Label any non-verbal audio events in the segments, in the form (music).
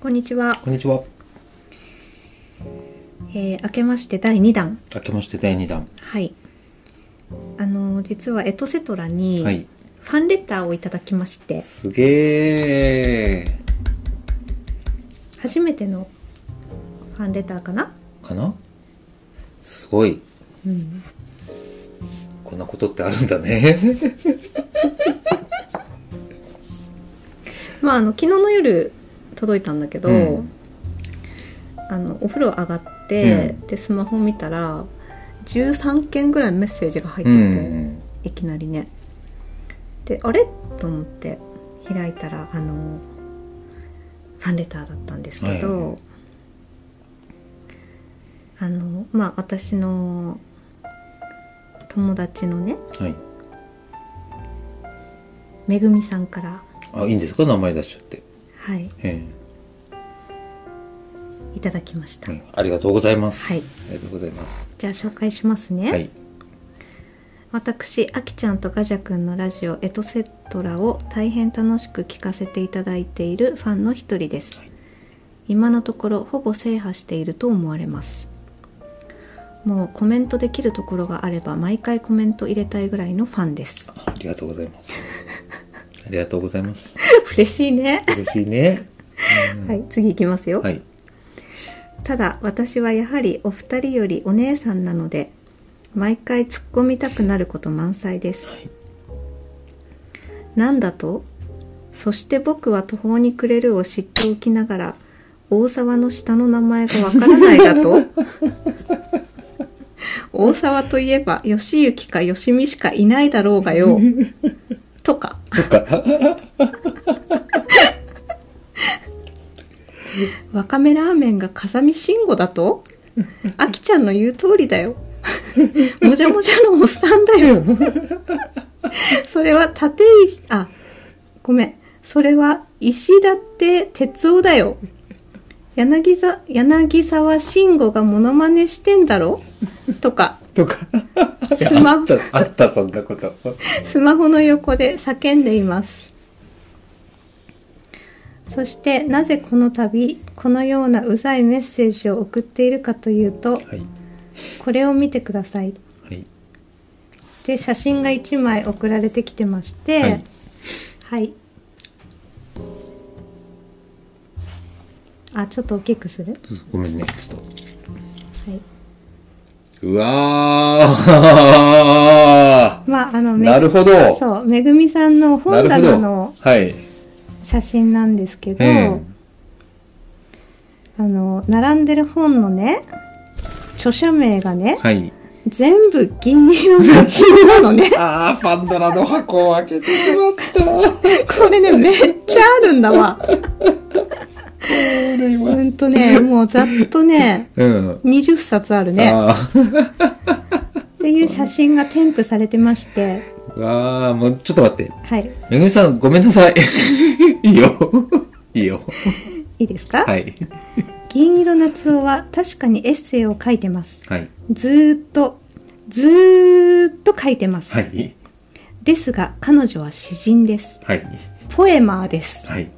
こんにちは、こんにちは。えー明けまして第2弾明けまして第2弾。はいあのー実はエトセトラはにい。ファンレターをいただきまして、すげー。初めてのファンレターかな、かなすごい。うん、こんなことってあるんだね。まああの昨日の夜届いたんだけど、うんあのお風呂上がって、でスマホ見たら13件ぐらいメッセージが入っうてて、ん。いきなりねであれと思って開いたらあのファンレターだったんですけど、はあのまあ私の友達のね (laughs) はい。めぐみさんからあ、いいんですか名前出しちゃって。はいえいただきました、えうんありがとうございます。はい。ありがとうございます。じゃあ紹介しますね、はい。私あきちゃんとガジャ君のラジオ「エトセトラ」を大変楽しく聞かせていただいているファンの一人です、はい今のところほぼ制覇していると思われますもうコメントできるところがあれば毎回コメント入れたいぐらいのファンですありがとうございます。ありがとうございます。 (laughs) 嬉しいね、嬉しいね。はい次いきますよ、はい。ただ私はやはりお二人よりお姉さんなので毎回突っ込みたくなること満載です、はいなんだとそして僕は途方に暮れるを知っておきながら大沢の下の名前がわからないだ (laughs) と大沢といえば義行か義美しかいないだろうがよとかそっか。 (laughs) わかめラーメンが風見慎吾だとあきちゃんの言う通りだよ (laughs) もじゃもじゃのおっさんだ (laughs) よそれは立石あごめんそれは石だって哲夫だよ柳沢柳沢慎吾がモノマネしてんだろとかとか。スマいやあった、あった、そんなこと。 (laughs) スマホの横で叫んでいますそしてなぜこの度このようなうざいメッセージを送っているかというとはい。これを見てくださいはい。で写真が1枚送られてきてましてははいい、あちょっと大きくする、はごめんね、ちょっと。いうわまああのーなるほどそうめぐみさんのな本るほ棚のど。はい。写真なんですけど、ええあの並んでる本のね著者名がねはい。全部銀色の字なのね (laughs) ああ、パンドラの箱を開けてしまった。 (laughs) ここれねめっちゃあるんだわれうは。んとねもうざっとねうん。 20冊あるねあー (laughs) っていう写真が添付されてましてうわあ、もうちょっと待って。はいめぐみさん、ごめんなさい。 (laughs) いいよ。いいよ。いいですか、はい。銀色夏男は確かにエッセイを書いてますはい。ずーっとずーっと書いてます、はい。ですが彼女は詩人ですはい。ポエマーですはい。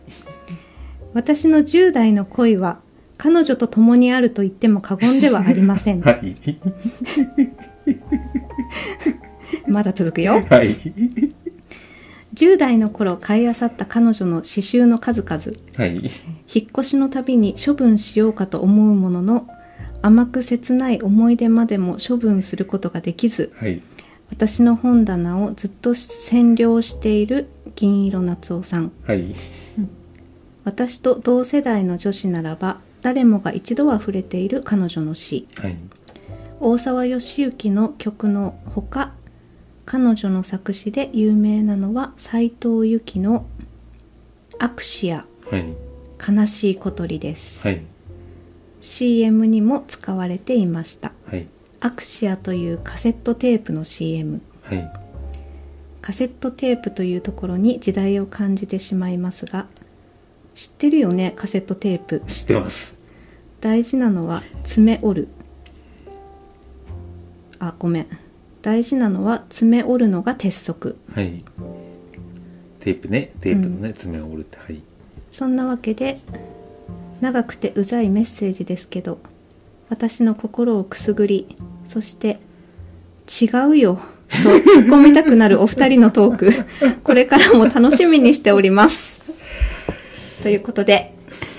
私の10代の恋は彼女と共にあると言っても過言ではありませんはい。まだ続くよはい。 10代の頃買い漁った彼女の刺繍の数々はい。引っ越しのたびに処分しようかと思うものの甘く切ない思い出までも処分することができずはい。私の本棚をずっと占領している銀色夏夫さんはい。私と同世代の女子ならば誰もが一度は触れている彼女の詩はい。大沢義行の曲のほか彼女の作詞で有名なのは斎藤由貴の「アクシアはい。悲しい小鳥」です、はい。 CM にも使われていましたはい。アクシアというカセットテープの CM はい。カセットテープというところに時代を感じてしまいますが知ってるよねカセットテープ知ってます。大事なのは爪折るあごめん大事なのは爪折るのが鉄則はい。テープね。テープのね、爪を折るって。はい。そんなわけで長くてうざいメッセージですけど私の心をくすぐりそして「違うよ」と突っ込みたくなるお二人のトークこれからも楽しみにしておりますということで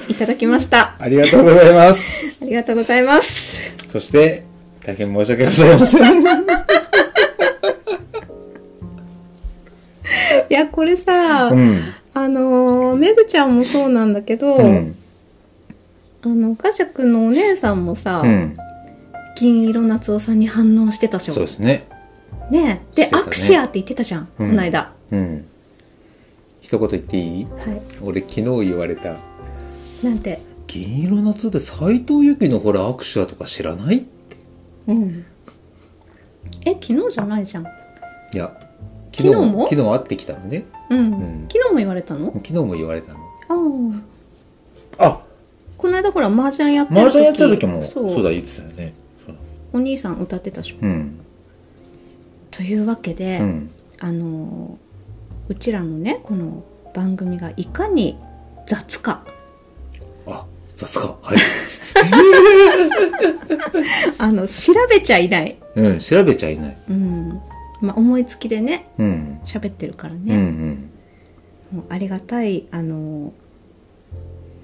いただきましたありがとうございます。ありがとうございますそして、大変申し訳ございません。いやこれさ、うん。あのーめぐちゃんもそうなんだけど、うん。あの岡社くんのお姉さんもさ、うん。銀色夏夫さんに反応してたじゃそうんですね。ねえしで、てたねアクシアって言ってたじゃん、うんこの間うん。一言言っていいはい俺昨日言われた。なんて銀色の夏で斎藤由貴のこれ握手だとか知らないうんえ昨日じゃないじゃんいや、昨日も昨日会ってきたのね。うん、うん昨日も言われたの昨日も言われたの。あああ、この間ほら麻雀やってる時麻雀やってた時も、そうそうだ、言ってたよね。そうだお兄さん歌ってたでしょうん。というわけで、うん。あのーうちらのねこの番組がいかに雑かあ、雑か。はい。 (laughs) あの調べちゃいない、うん、調べちゃいない。うんまあ、思いつきでねうん。喋ってるからうんうね、ん。もうありがたいあのー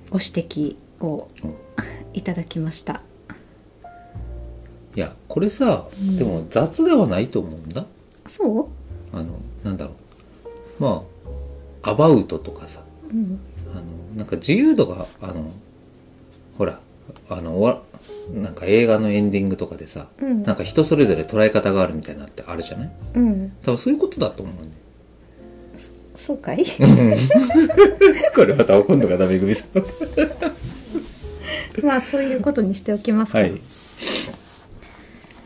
ご指摘をいただきましたいや、これさう、んでも雑ではないと思うんだ。そあの、なんだろう。まあ、アバウトとかさ、う、うん、あの、なんか自由度が、あの、ほら、あの、わなんか映画のエンディングとかでさ、うんなんか人それぞれ捉え方があるみたいなのってあるじゃないうん、多分そういうことだと思うんだよそうかいこれまた怒んのかダメ組さん。 (laughs) まあそういうことにしておきますか、はい。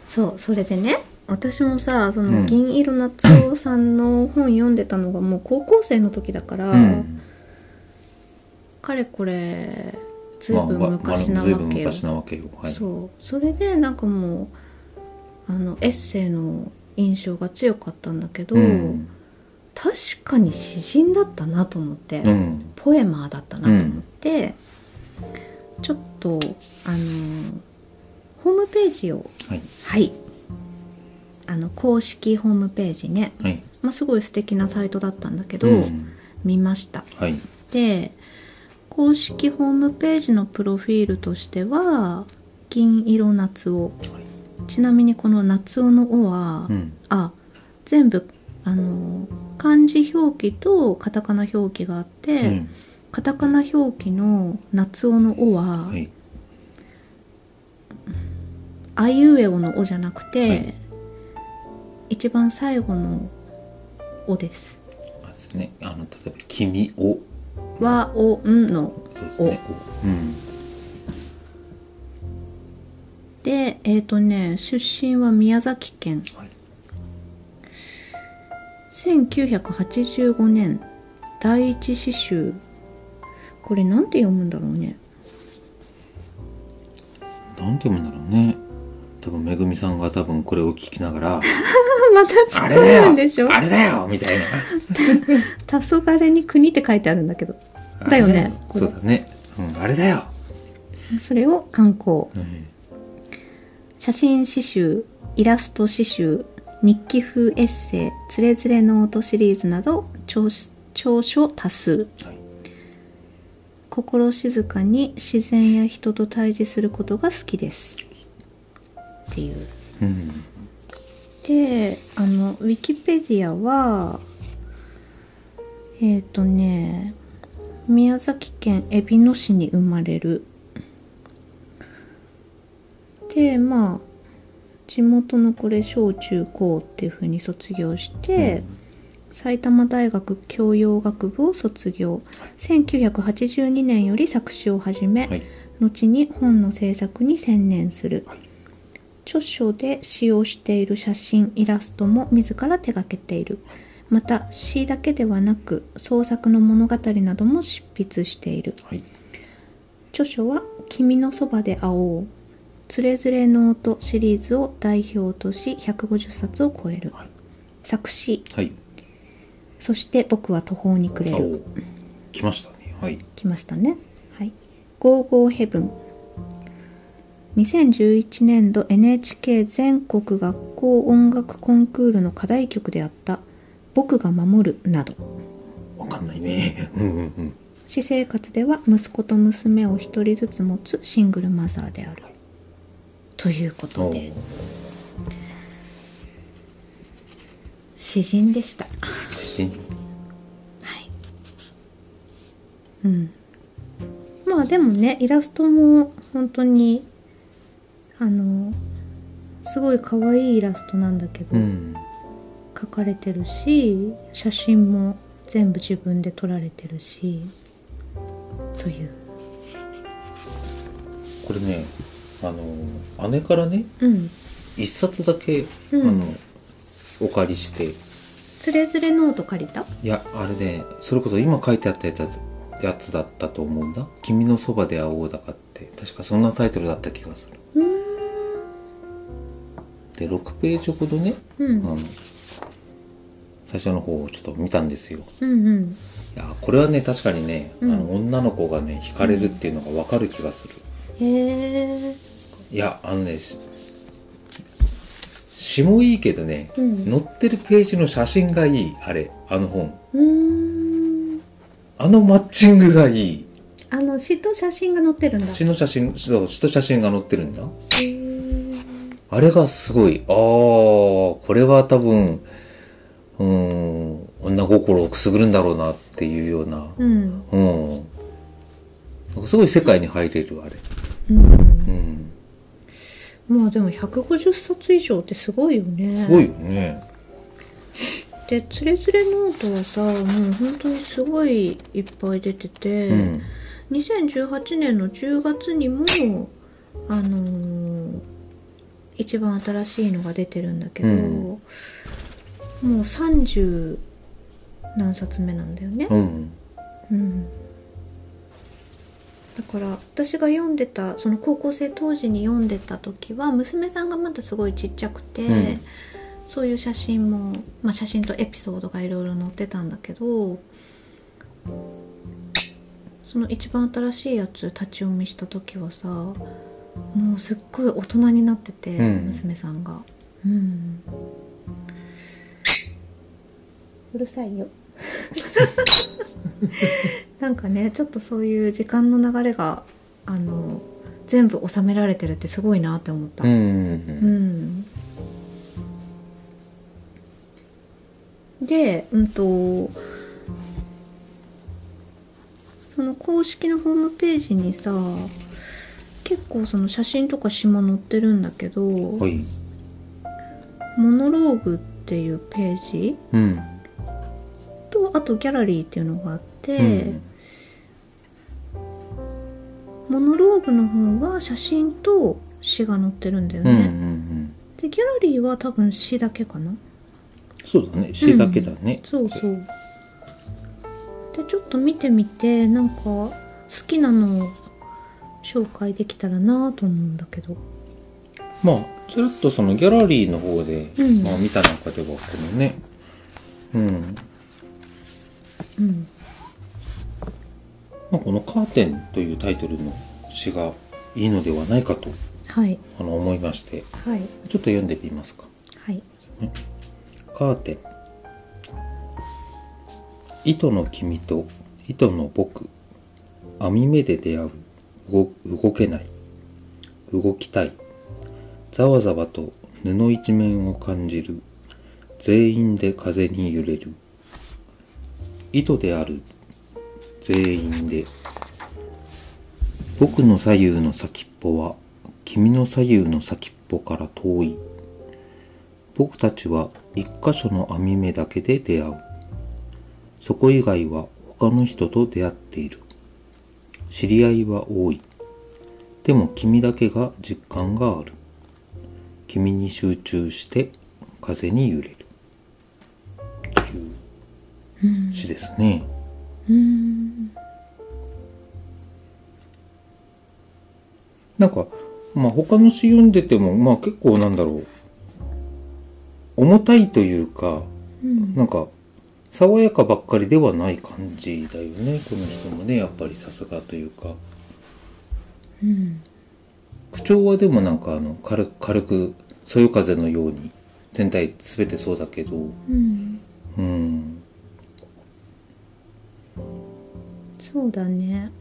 そうそれでね私もさそうんの銀色夏夫さんの本読んでたのがもう高校生の時だから、うん。かれこれずいまあぶんまあ昔なずいぶわんけよ、昔なわけよ。はい。そうそれでなんかもうあのエッセイの印象が強かったんだけど、うん。確かに詩人だったなと思って、うん。ポエマーだったなうと思っん。て、ちょっとあのホームページをはい。はいあの公式ホームページね、はい。まあ、すごい素敵なサイトだったんだけど、うん見ましたはい。で公式ホームページのプロフィールとしては「銀色夏男」ちなみにこの「夏男」の「お」は、うん。あ全部あの漢字表記とカタカナ表記があって、うんカタカナ表記の「夏男」の「お」は、はい。あいうえおの「お」じゃなくて、はい一番最後の「お」です。あですね。あの、例えば、君を。和おんのそうですね。おうん。でえっ、とね出身は宮崎県はい。 1985年第一詩集これなんて読むんだろうねなんて読むんだろうね。多分めぐみさんが多分これを聞きな (laughs) がら、またあれだよんでしょあれだよみたいな。 「黄昏に国」って書いてあるんだけど (laughs) だよねあれだよそうだね。うん、あれだよ。それを観光うん写真詩集イラスト詩集日記風エッセイ「つれづれノート」シリーズなど長長所多数はい。心静かに自然や人と対峙することが好きですっていううん。であのウィキペディアはえっ、とね宮崎県えびの市に生まれるでまあ地元のこれ小中高っていうふうに卒業して、埼玉大学教養学部を卒業1982年より作詞を始め、はい。後に本の制作に専念する、はい著書で使用している写真イラストも自ら手掛けているまた詩だけではなく創作の物語なども執筆しているはい。著書は「君のそばで会おう」「つれづれの音」シリーズを代表とし150冊を超える、はい作詞はい。そして僕は途方に暮れあるお来ましたね。はい。来ましたねはいゴーゴーヘブン2011年度 NHK 全国学校音楽コンクールの課題曲であった「僕が守る」などわかんないね。 (laughs) うんうんうん。私生活では息子と娘を一人ずつ持つシングルマザーであるということおでー詩人でしたしはいうんまあでもねイラストも本当にあのすごい可愛いイラストなんだけど、うん。描かれてるし写真も全部自分で撮られてるしというこれね、あの、姉からね、うん一冊だけ、うんあの、お借りして、つれづれノート借りたいや、あれね、それこそ今書いてあったやつだやつだったと思うんだ。君のそばで会おうだかって、確かそんなタイトルだった気がする。で、6ページほどね、うあん、の最初の方をちょっと見たんですよ。うんうんいやこれはね確かにね、うんあの女の子がね惹かれるっていうのが分かる気がする、へえいやあのねし詩もいいけどね、うん載ってるページの写真がいいあれあの本うーんあのマッチングがいいあの詩と写真が載ってるんだへ詩の写真そう詩と写真が載ってるんだえあれがすごいああこれは多分うーん女心をくすぐるんだろうなっていうようなうんうん、なんかすごい世界に入れるあれうんうんまあでも150冊以上ってすごいよねすごいよね、で「つれづれノート」はさもう本当にすごいいっぱい出てて、うん2018年の10月にもあのー一番新しいのが出てるんだけど、うんもう30何冊目なんだよね、うんうんだから私が読んでたその高校生当時に読んでた時は娘さんがまだすごいちっちゃくて、うんそういう写真も、まあ、写真とエピソードがいろいろ載ってたんだけどその一番新しいやつ立ち読みした時はさもうすっごい大人になってて、うん娘さんが。うんうるさいよ (laughs) なんかねちょっとそういう時間の流れがあの全部収められてるってすごいなって思った、うんううんんで、うんと、その公式のホームページにさ、結構その写真とか詩も載ってるんだけど、うんはいモノローグっていうページうんと、あとギャラリーっていうのがあって、うんモノローグの方は写真と詩が載ってるんだようんうんうね。んで、ギャラリーは多分詩だけかな。そうだね詩だけだねそうそうでちょっと見てみてなんか好きなのを紹介できたらなと思うんだけどまあちらっとそのギャラリーの方で、うんまあ、見た中ではこのねうん、うんまあ、この「カーテン」というタイトルの詩がいいのではないかとはいあの思いましてはいちょっと読んでみますかはいカーテン糸の君と糸の僕網目で出会う動動けない動きたいざわざわと布一面を感じる全員で風に揺れる糸である全員で僕の左右の先っぽは君の左右の先っぽから遠い僕たちは一箇所の網目だけで出会う。そこ以外は他の人と出会っている。知り合いは多い。でも君だけが実感がある。君に集中して風に揺れる。という詩ですね。うんなんか、まあ他の詩読んでても、まあ結構なんだろう。重たいというか、うんなんか爽やかばっかりではない感じだよねこの人もねやっぱりさすがというかうん口調はでもなんかあの軽く軽くそよ風のように全体全てそうだけどうんうんそうだね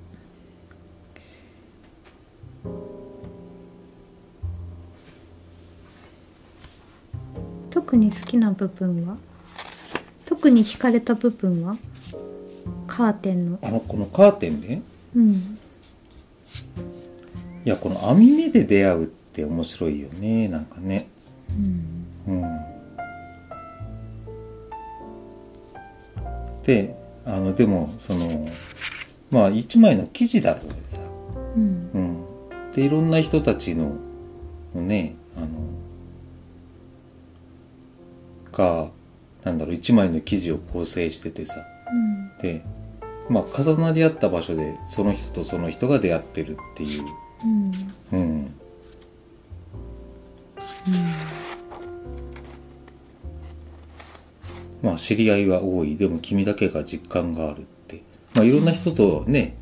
特に好きな部分は特に惹かれた部分はカーテンのあのこのカーテンねうんいやこの網目で出会うって面白いよねなんかねうんうんであのでもそのまあ一枚の生地だろうさうんうん、でいろんな人たちののねあのがなんだろう一枚の記事を構成しててさうんでまあ重なり合った場所でその人とその人が出会ってるっていう、うんうん、まあ知り合いは多いでも君だけが実感があるって、まあ、いろんな人とね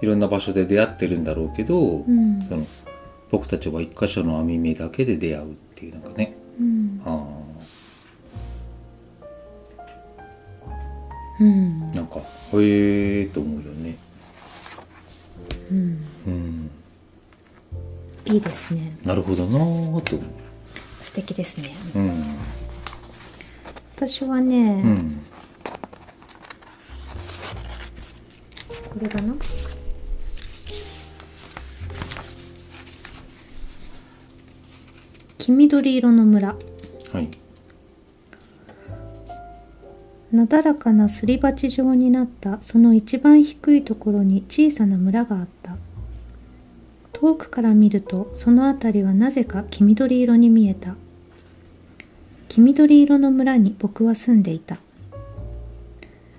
いろんな場所で出会ってるんだろうけど、うんその僕たちは一箇所の網目だけで出会うっていうなんかねうんあうんーなんかへえと思うよねうんうんいいですねなるほどなーと思素敵ですねううん私はね、うんこれだな黄緑色の村はいなだらかなすり鉢状になったその一番低いところに小さな村があった遠くから見るとその辺りはなぜか黄緑色に見えた黄緑色の村に僕は住んでいた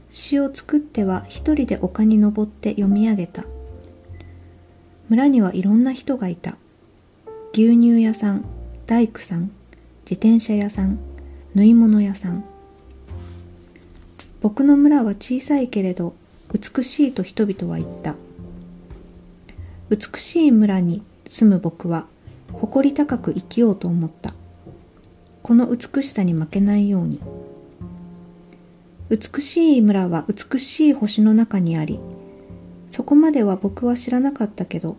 詩を作っては一人で丘に登って読み上げた村にはいろんな人がいた牛乳屋さん大工さん自転車屋さん縫い物屋さん僕の村は小さいけれど美しいと人々は言った美しい村に住む僕は誇り高く生きようと思ったこの美しさに負けないように美しい村は美しい星の中にありそこまでは僕は知らなかったけど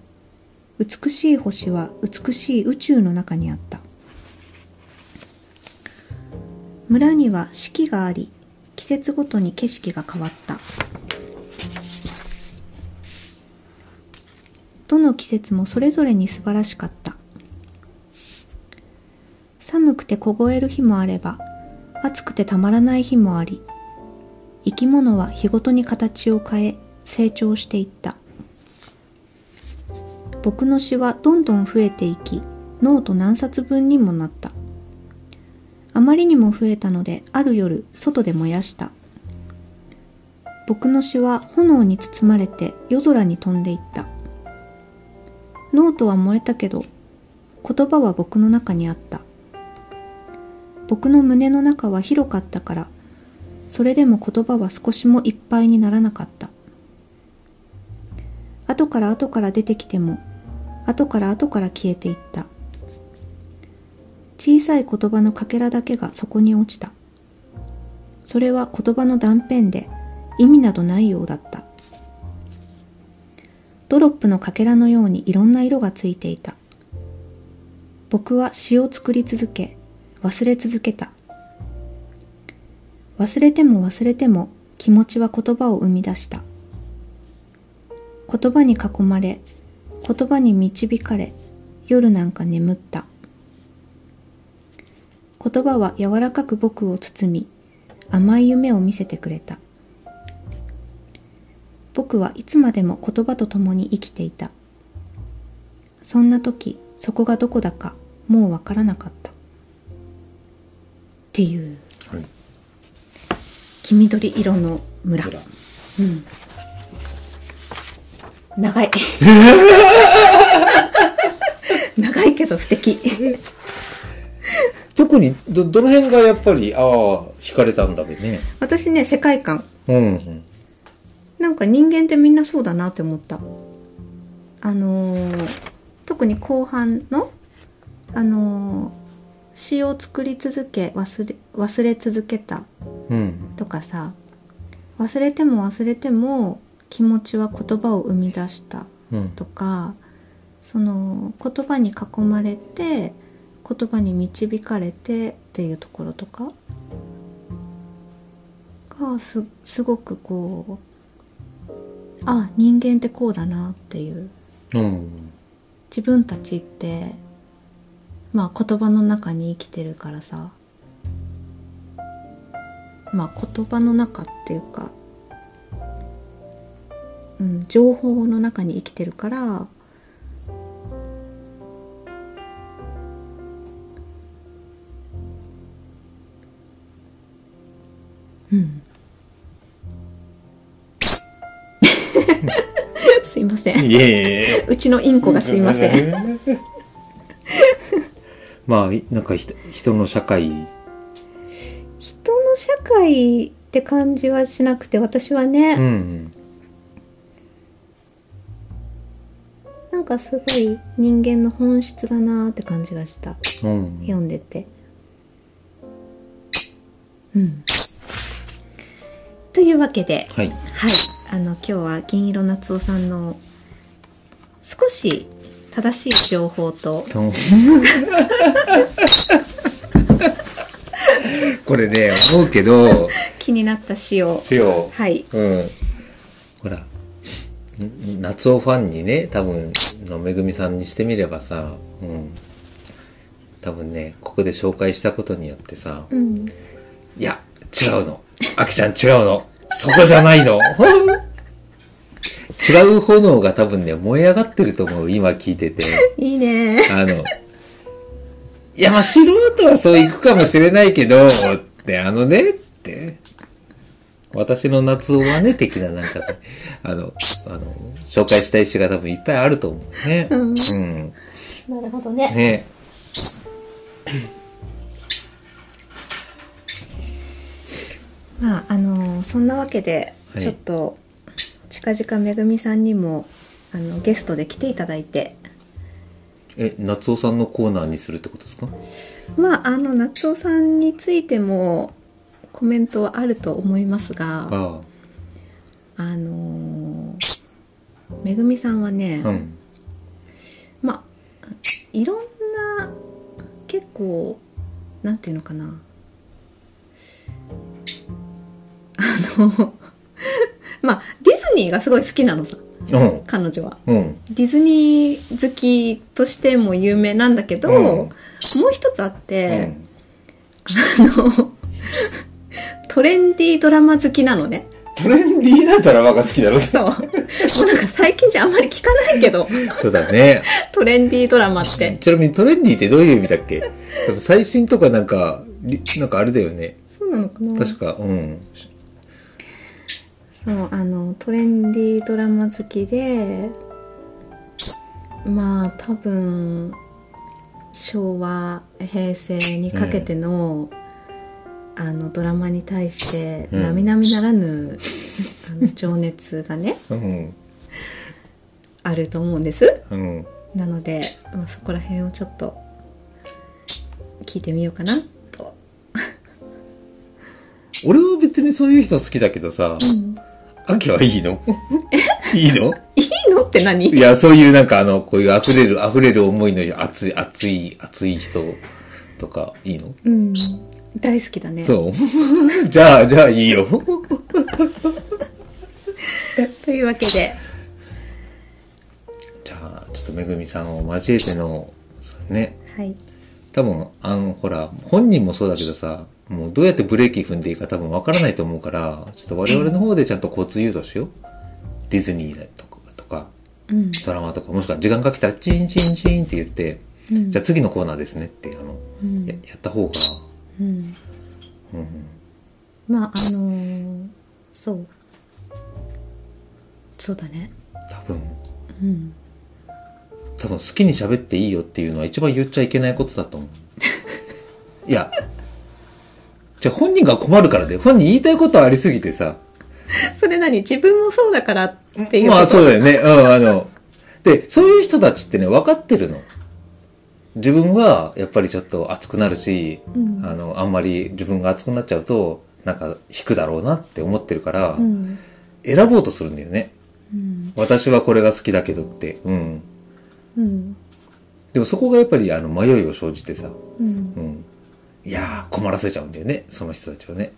美しい星は美しい宇宙の中にあった村には四季があり季節ごとに景色が変わったどの季節もそれぞれに素晴らしかった寒くて凍える日もあれば暑くてたまらない日もあり生き物は日ごとに形を変え成長していった僕の詩はどんどん増えていきノート何冊分にもなったあまりにも増えたのである夜外で燃やした僕の詩は炎に包まれて夜空に飛んでいったノートは燃えたけど言葉は僕の中にあった僕の胸の中は広かったからそれでも言葉は少しもいっぱいにならなかった後から後から出てきても後から後から消えていった小さい言葉のかけらだけがそこに落ちたそれは言葉の断片で意味などないようだったドロップのかけらのようにいろんな色がついていた僕は詩を作り続け忘れ続けた忘れても忘れても気持ちは言葉を生み出した言葉に囲まれ言葉に導かれ夜なんか眠った言葉は柔らかく僕を包み甘い夢を見せてくれた僕はいつまでも言葉と共に生きていたそんな時そこがどこだかもうわからなかったっていうはい黄緑色の村ほらうん長い長いけど素敵特にどどの辺がやっぱりああ惹かれたんだべね私ね世界観うんうんなんか人間ってみんなそうだなって思ったあのー特に後半の、あのー詩を作り続け忘れ忘れ続けたうんとかさ忘れても忘れても気持ちは言葉を生み出したうんとかその言葉に囲まれて言葉に導かれてっていうところとかがすすごくこうあ人間ってこうだなっていううん自分たちってまあ言葉の中に生きてるからさまあ言葉の中っていうか、うん、情報の中に生きてるからうん。 (laughs) すいません。いえいえうちのインコがすいません。ん。まあ、いなんかひと人の社会、人の社会って感じはしなくて私はね、うん、なんかすごい人間の本質だなーって感じがしたうん、読んでて。うん、というわけで、はい、はい、あの今日は銀色夏夫さんの少し正しい情報と (laughs) とこれね、思うけど、気になった詩を、しよはい、う、うん、ほら、ん夏をファンにね、多分のめぐみさんにしてみればさ、うん、多分ね、ここで紹介したことによってさ、うん、いや、違うの。あきちゃん違うの。そこじゃない (laughs) の。違う炎が多分ね、燃え上がってると思う。今聞いてて。いいねあの、いや、まあ、素人はそう行くかもしれないけど、って、あのね、って。私の夏男はね、的ななんかね、 (laughs) あの、あの、紹介したい詩が多分いっぱいあると思うね。うんうんー。なるほどね。ねまああのそんなわけで、はいちょっと近々めぐみさんにもあのゲストで来ていただいてえ、夏男さんのコーナーにするってことですかまああの夏夫さんについてもコメントはあると思いますがああのめぐみさんはね、あ、うん。まあいろんな結構なんていうのかなあの (laughs) まあディズニーがすごい好きなのさうん。彼女は。うん。ディズニー好きとしても有名なんだけど、うんもう一つあっうて、んあの、トレンディードラマ好きなの (laughs) ね。トレンディーなドラマが好きだろそう。もうなんか最近じゃあんまり聞かないけ (laughs) ど、そうだね。トレンディードラマって。ちなみにトレンディーってどういう意味だっけ多分最新とかなんか、りなんかあれだよね。そうなのかな確か、うん。そう、あの、トレンディードラマ好きで、まあ多分、昭和、平成にかけての、あのドラマに対して、うん並々ならぬ、あの情熱がね、うん。あると思うんです。うん。なので、まあ、そこら辺をちょっと、聞いてみようかな、と。俺は別にそういう人好きだけどさ、うん秋はいいのいいのいいのって何いや、そういうなんかあの、こういう溢れる、溢れる思いの熱い、熱い、熱い人とか、いいのうん。大好きだね。そう。 (laughs) じゃあ、じゃあいいよ。というわけで、じゃあ、ちょっとめぐみさんを交えての、ね、はい。多分、あの、ほら、本人もそうだけどさ、もうどうやってブレーキ踏んでいいか多分わからないと思うから、ちょっと我々の方でちゃんと交通誘導しよう。ディズニーだとか、とかうん。ドラマとか、もしくは時間が来たらチンチンチンって言って、うんじゃあ次のコーナーですねって、あの、うんややった方が、うんうん、まああのーそうそうだね多分、うん多分好きに喋っていいよっていうのは一番言っちゃいけないことだと思う。いや、じゃあ本人が困るからで、本人言いたいことありすぎてさ、それ何自分もそうだからっていうまあことそうだよね。うん、あの、で、そういう人たちってね、分かってるの。自分は、やっぱりちょっと熱くなるし、うんあの、あんまり自分が熱くなっちゃうと、なんか、引くだろうなって思ってるから、うん選ぼうとするんだよね。うん私はこれが好きだけどって。うん。うんでもそこがやっぱり、あの、迷いを生じてさ、うんうん。いやー、困らせちゃうんだよね、その人たちをね。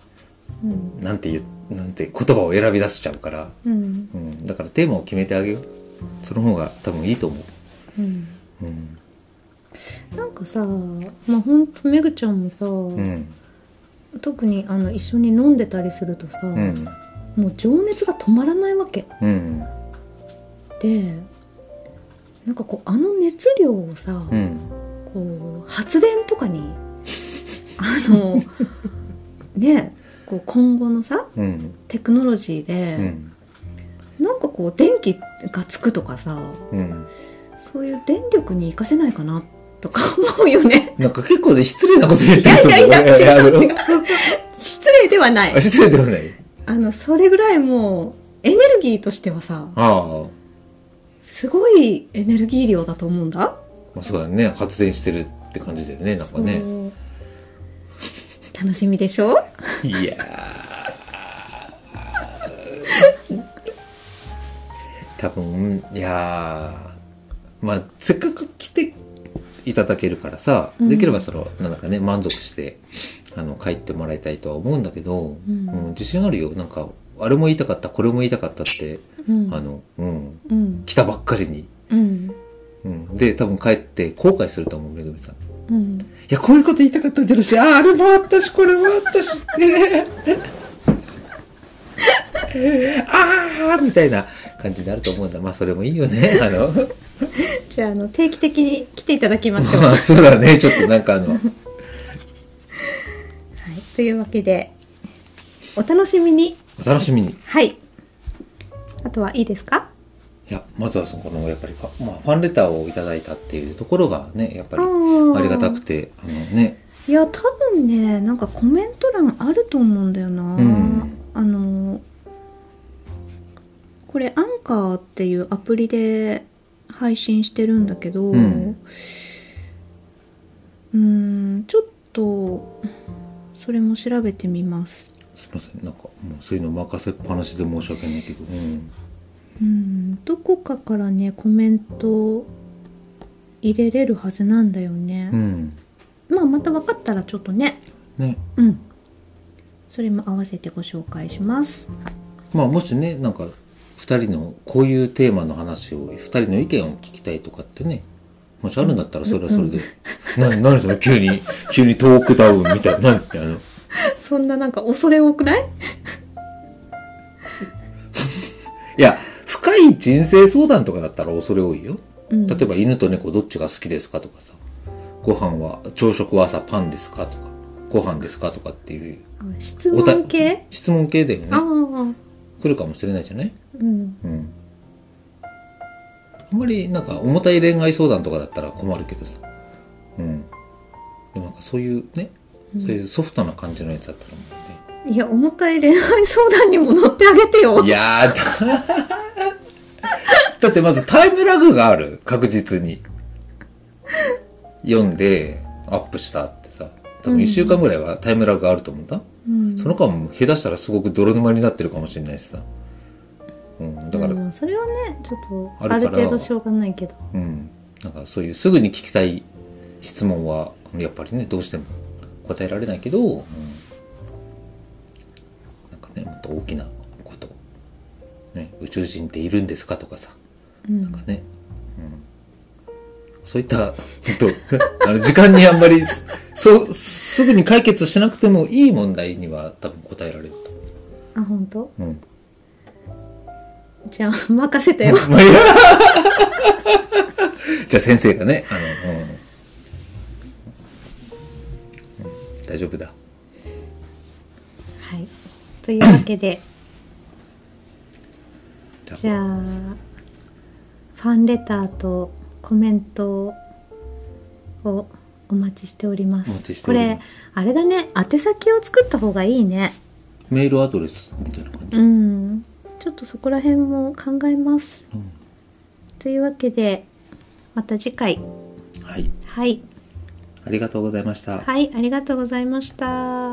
うんなんて言う、なんて言葉を選び出しちゃうから。うんうん。だからテーマを決めてあげよう。その方が多分いいと思うんう。うん。なんかさまあほんとめぐちゃんもさ、うん。特にあの一緒に飲んでたりするとさ、うん。もう情熱が止まらないわけうん。でなんかこうあの熱量をさ、うん。こう発電とかに (laughs) あのねこう今後のさうん。テクノロジーうで、ん。なんかこう電気がつくとかさうん。そういう電力に活かせないかなとか思うよねなんか結構ね、失礼なこと言っていやいやいやと思違う違う失礼ではなあい失礼ではない。あのそれぐらいもうエネルギーとしてはさああ。すごいエネルギー量だと思うんだまあ、そうだね。発電してるって感じだよね、なんかね。そう楽しみでしょいやー多分いやーまあせっかく来ていただけるからさ、うんできればそのなんだかね満足してあの帰ってもらいたいとは思うんだけど、うんうん自信あるよなんかあれも言いたかったこれも言いたかったって、うんあのうんうん来たばっかりに、うんうん、で多分帰って後悔すると思うめぐみさんいうんやこういうこと言いたかったんじゃなくてあああれもあったしこれもあったしねあーみたいな感じになると思うんだ。まあ、それもいいよね。あ (laughs) の、じゃああの定期的に来ていただきまし (laughs) ょう、まはあ、そうだね。ちょっとなんかあの、い、というわけでお楽しみにお楽しみに。いはいあとはいいですかや、まずはその、このやっぱりファ、まあ、ファンレターをいただいたっていうところがね、やっぱりあありがたくて、あのね、いや多分ねなんかコメント欄あると思うんだよな、うんあのこれアンカーっていうアプリで配信してるんだけどうんうーんちょっとそれも調べてみますすいません。なんか、もうそういうの任せっぱなしで申し訳ないけど、うん。うんどこかからねコメント入れれるはずなんだよねう、ん。まあまた分かったらちょっとねね。うんそれも合わせてご紹介しますまあ、もしね、なんか、二人のこういうテーマの話を、二人の意見を聞きたいとかってね、もしあるんだったらそれはそれで、な、 (laughs) 何その急に、急にトークダウンみたいな、なんてあの、そんななんか恐れ多くないいや、深い人生相談とかだったら恐れ多いよ。うん例えば犬と猫どっちが好きですかとかさ、ご飯は、朝食は朝パンですかとか、ご飯ですかとかっていう、あ質おた問系質問系だよああね。来るかもしれないじゃないうんうん。あんまりなんか重たい恋愛相談とかだったら困るけどさ。うん。でもなんかそういうね、うんそういうソフトな感じのやつだったらもうね。いや重たい恋愛相談にも乗ってあげてよいやーだ、 (laughs) だってまずタイムラグがある、確実に。読んで、アップしたってさ、多分1週間ぐらいはタイムラグがあると思うんだ。うんその間も下手したらすごく泥沼になってるかもしれないしさ。うん、だから、うんそれはねちょっあるとかあらる程度しょうがないけどうん。なんかそういうすぐに聞きたい質問は、やっぱりね、どうしても答えられないけど、うん、なんかね、もっと大きなこと。ね、宇宙人っているんですかとかさ、うんなんかね。うん、そういった、本当 (laughs) あの、時間にあんまり、そう、すぐに解決しなくてもいい問題には多分答えられると。あ本当うん。じゃあ任せてよまあいや (laughs) じゃあ先生がね、あの、うんうん大丈夫だ。はい (laughs) というわけでじじゃあファンレターとコメントをお待ちしておりますお待ちしておりますこれあれだね宛先を作った方がいいねメールアドレスみたいな感じ。うんちょっとそこら辺も考えます、うんとというわけでまた次回はいはいありがとうございましたはいありがとうございました。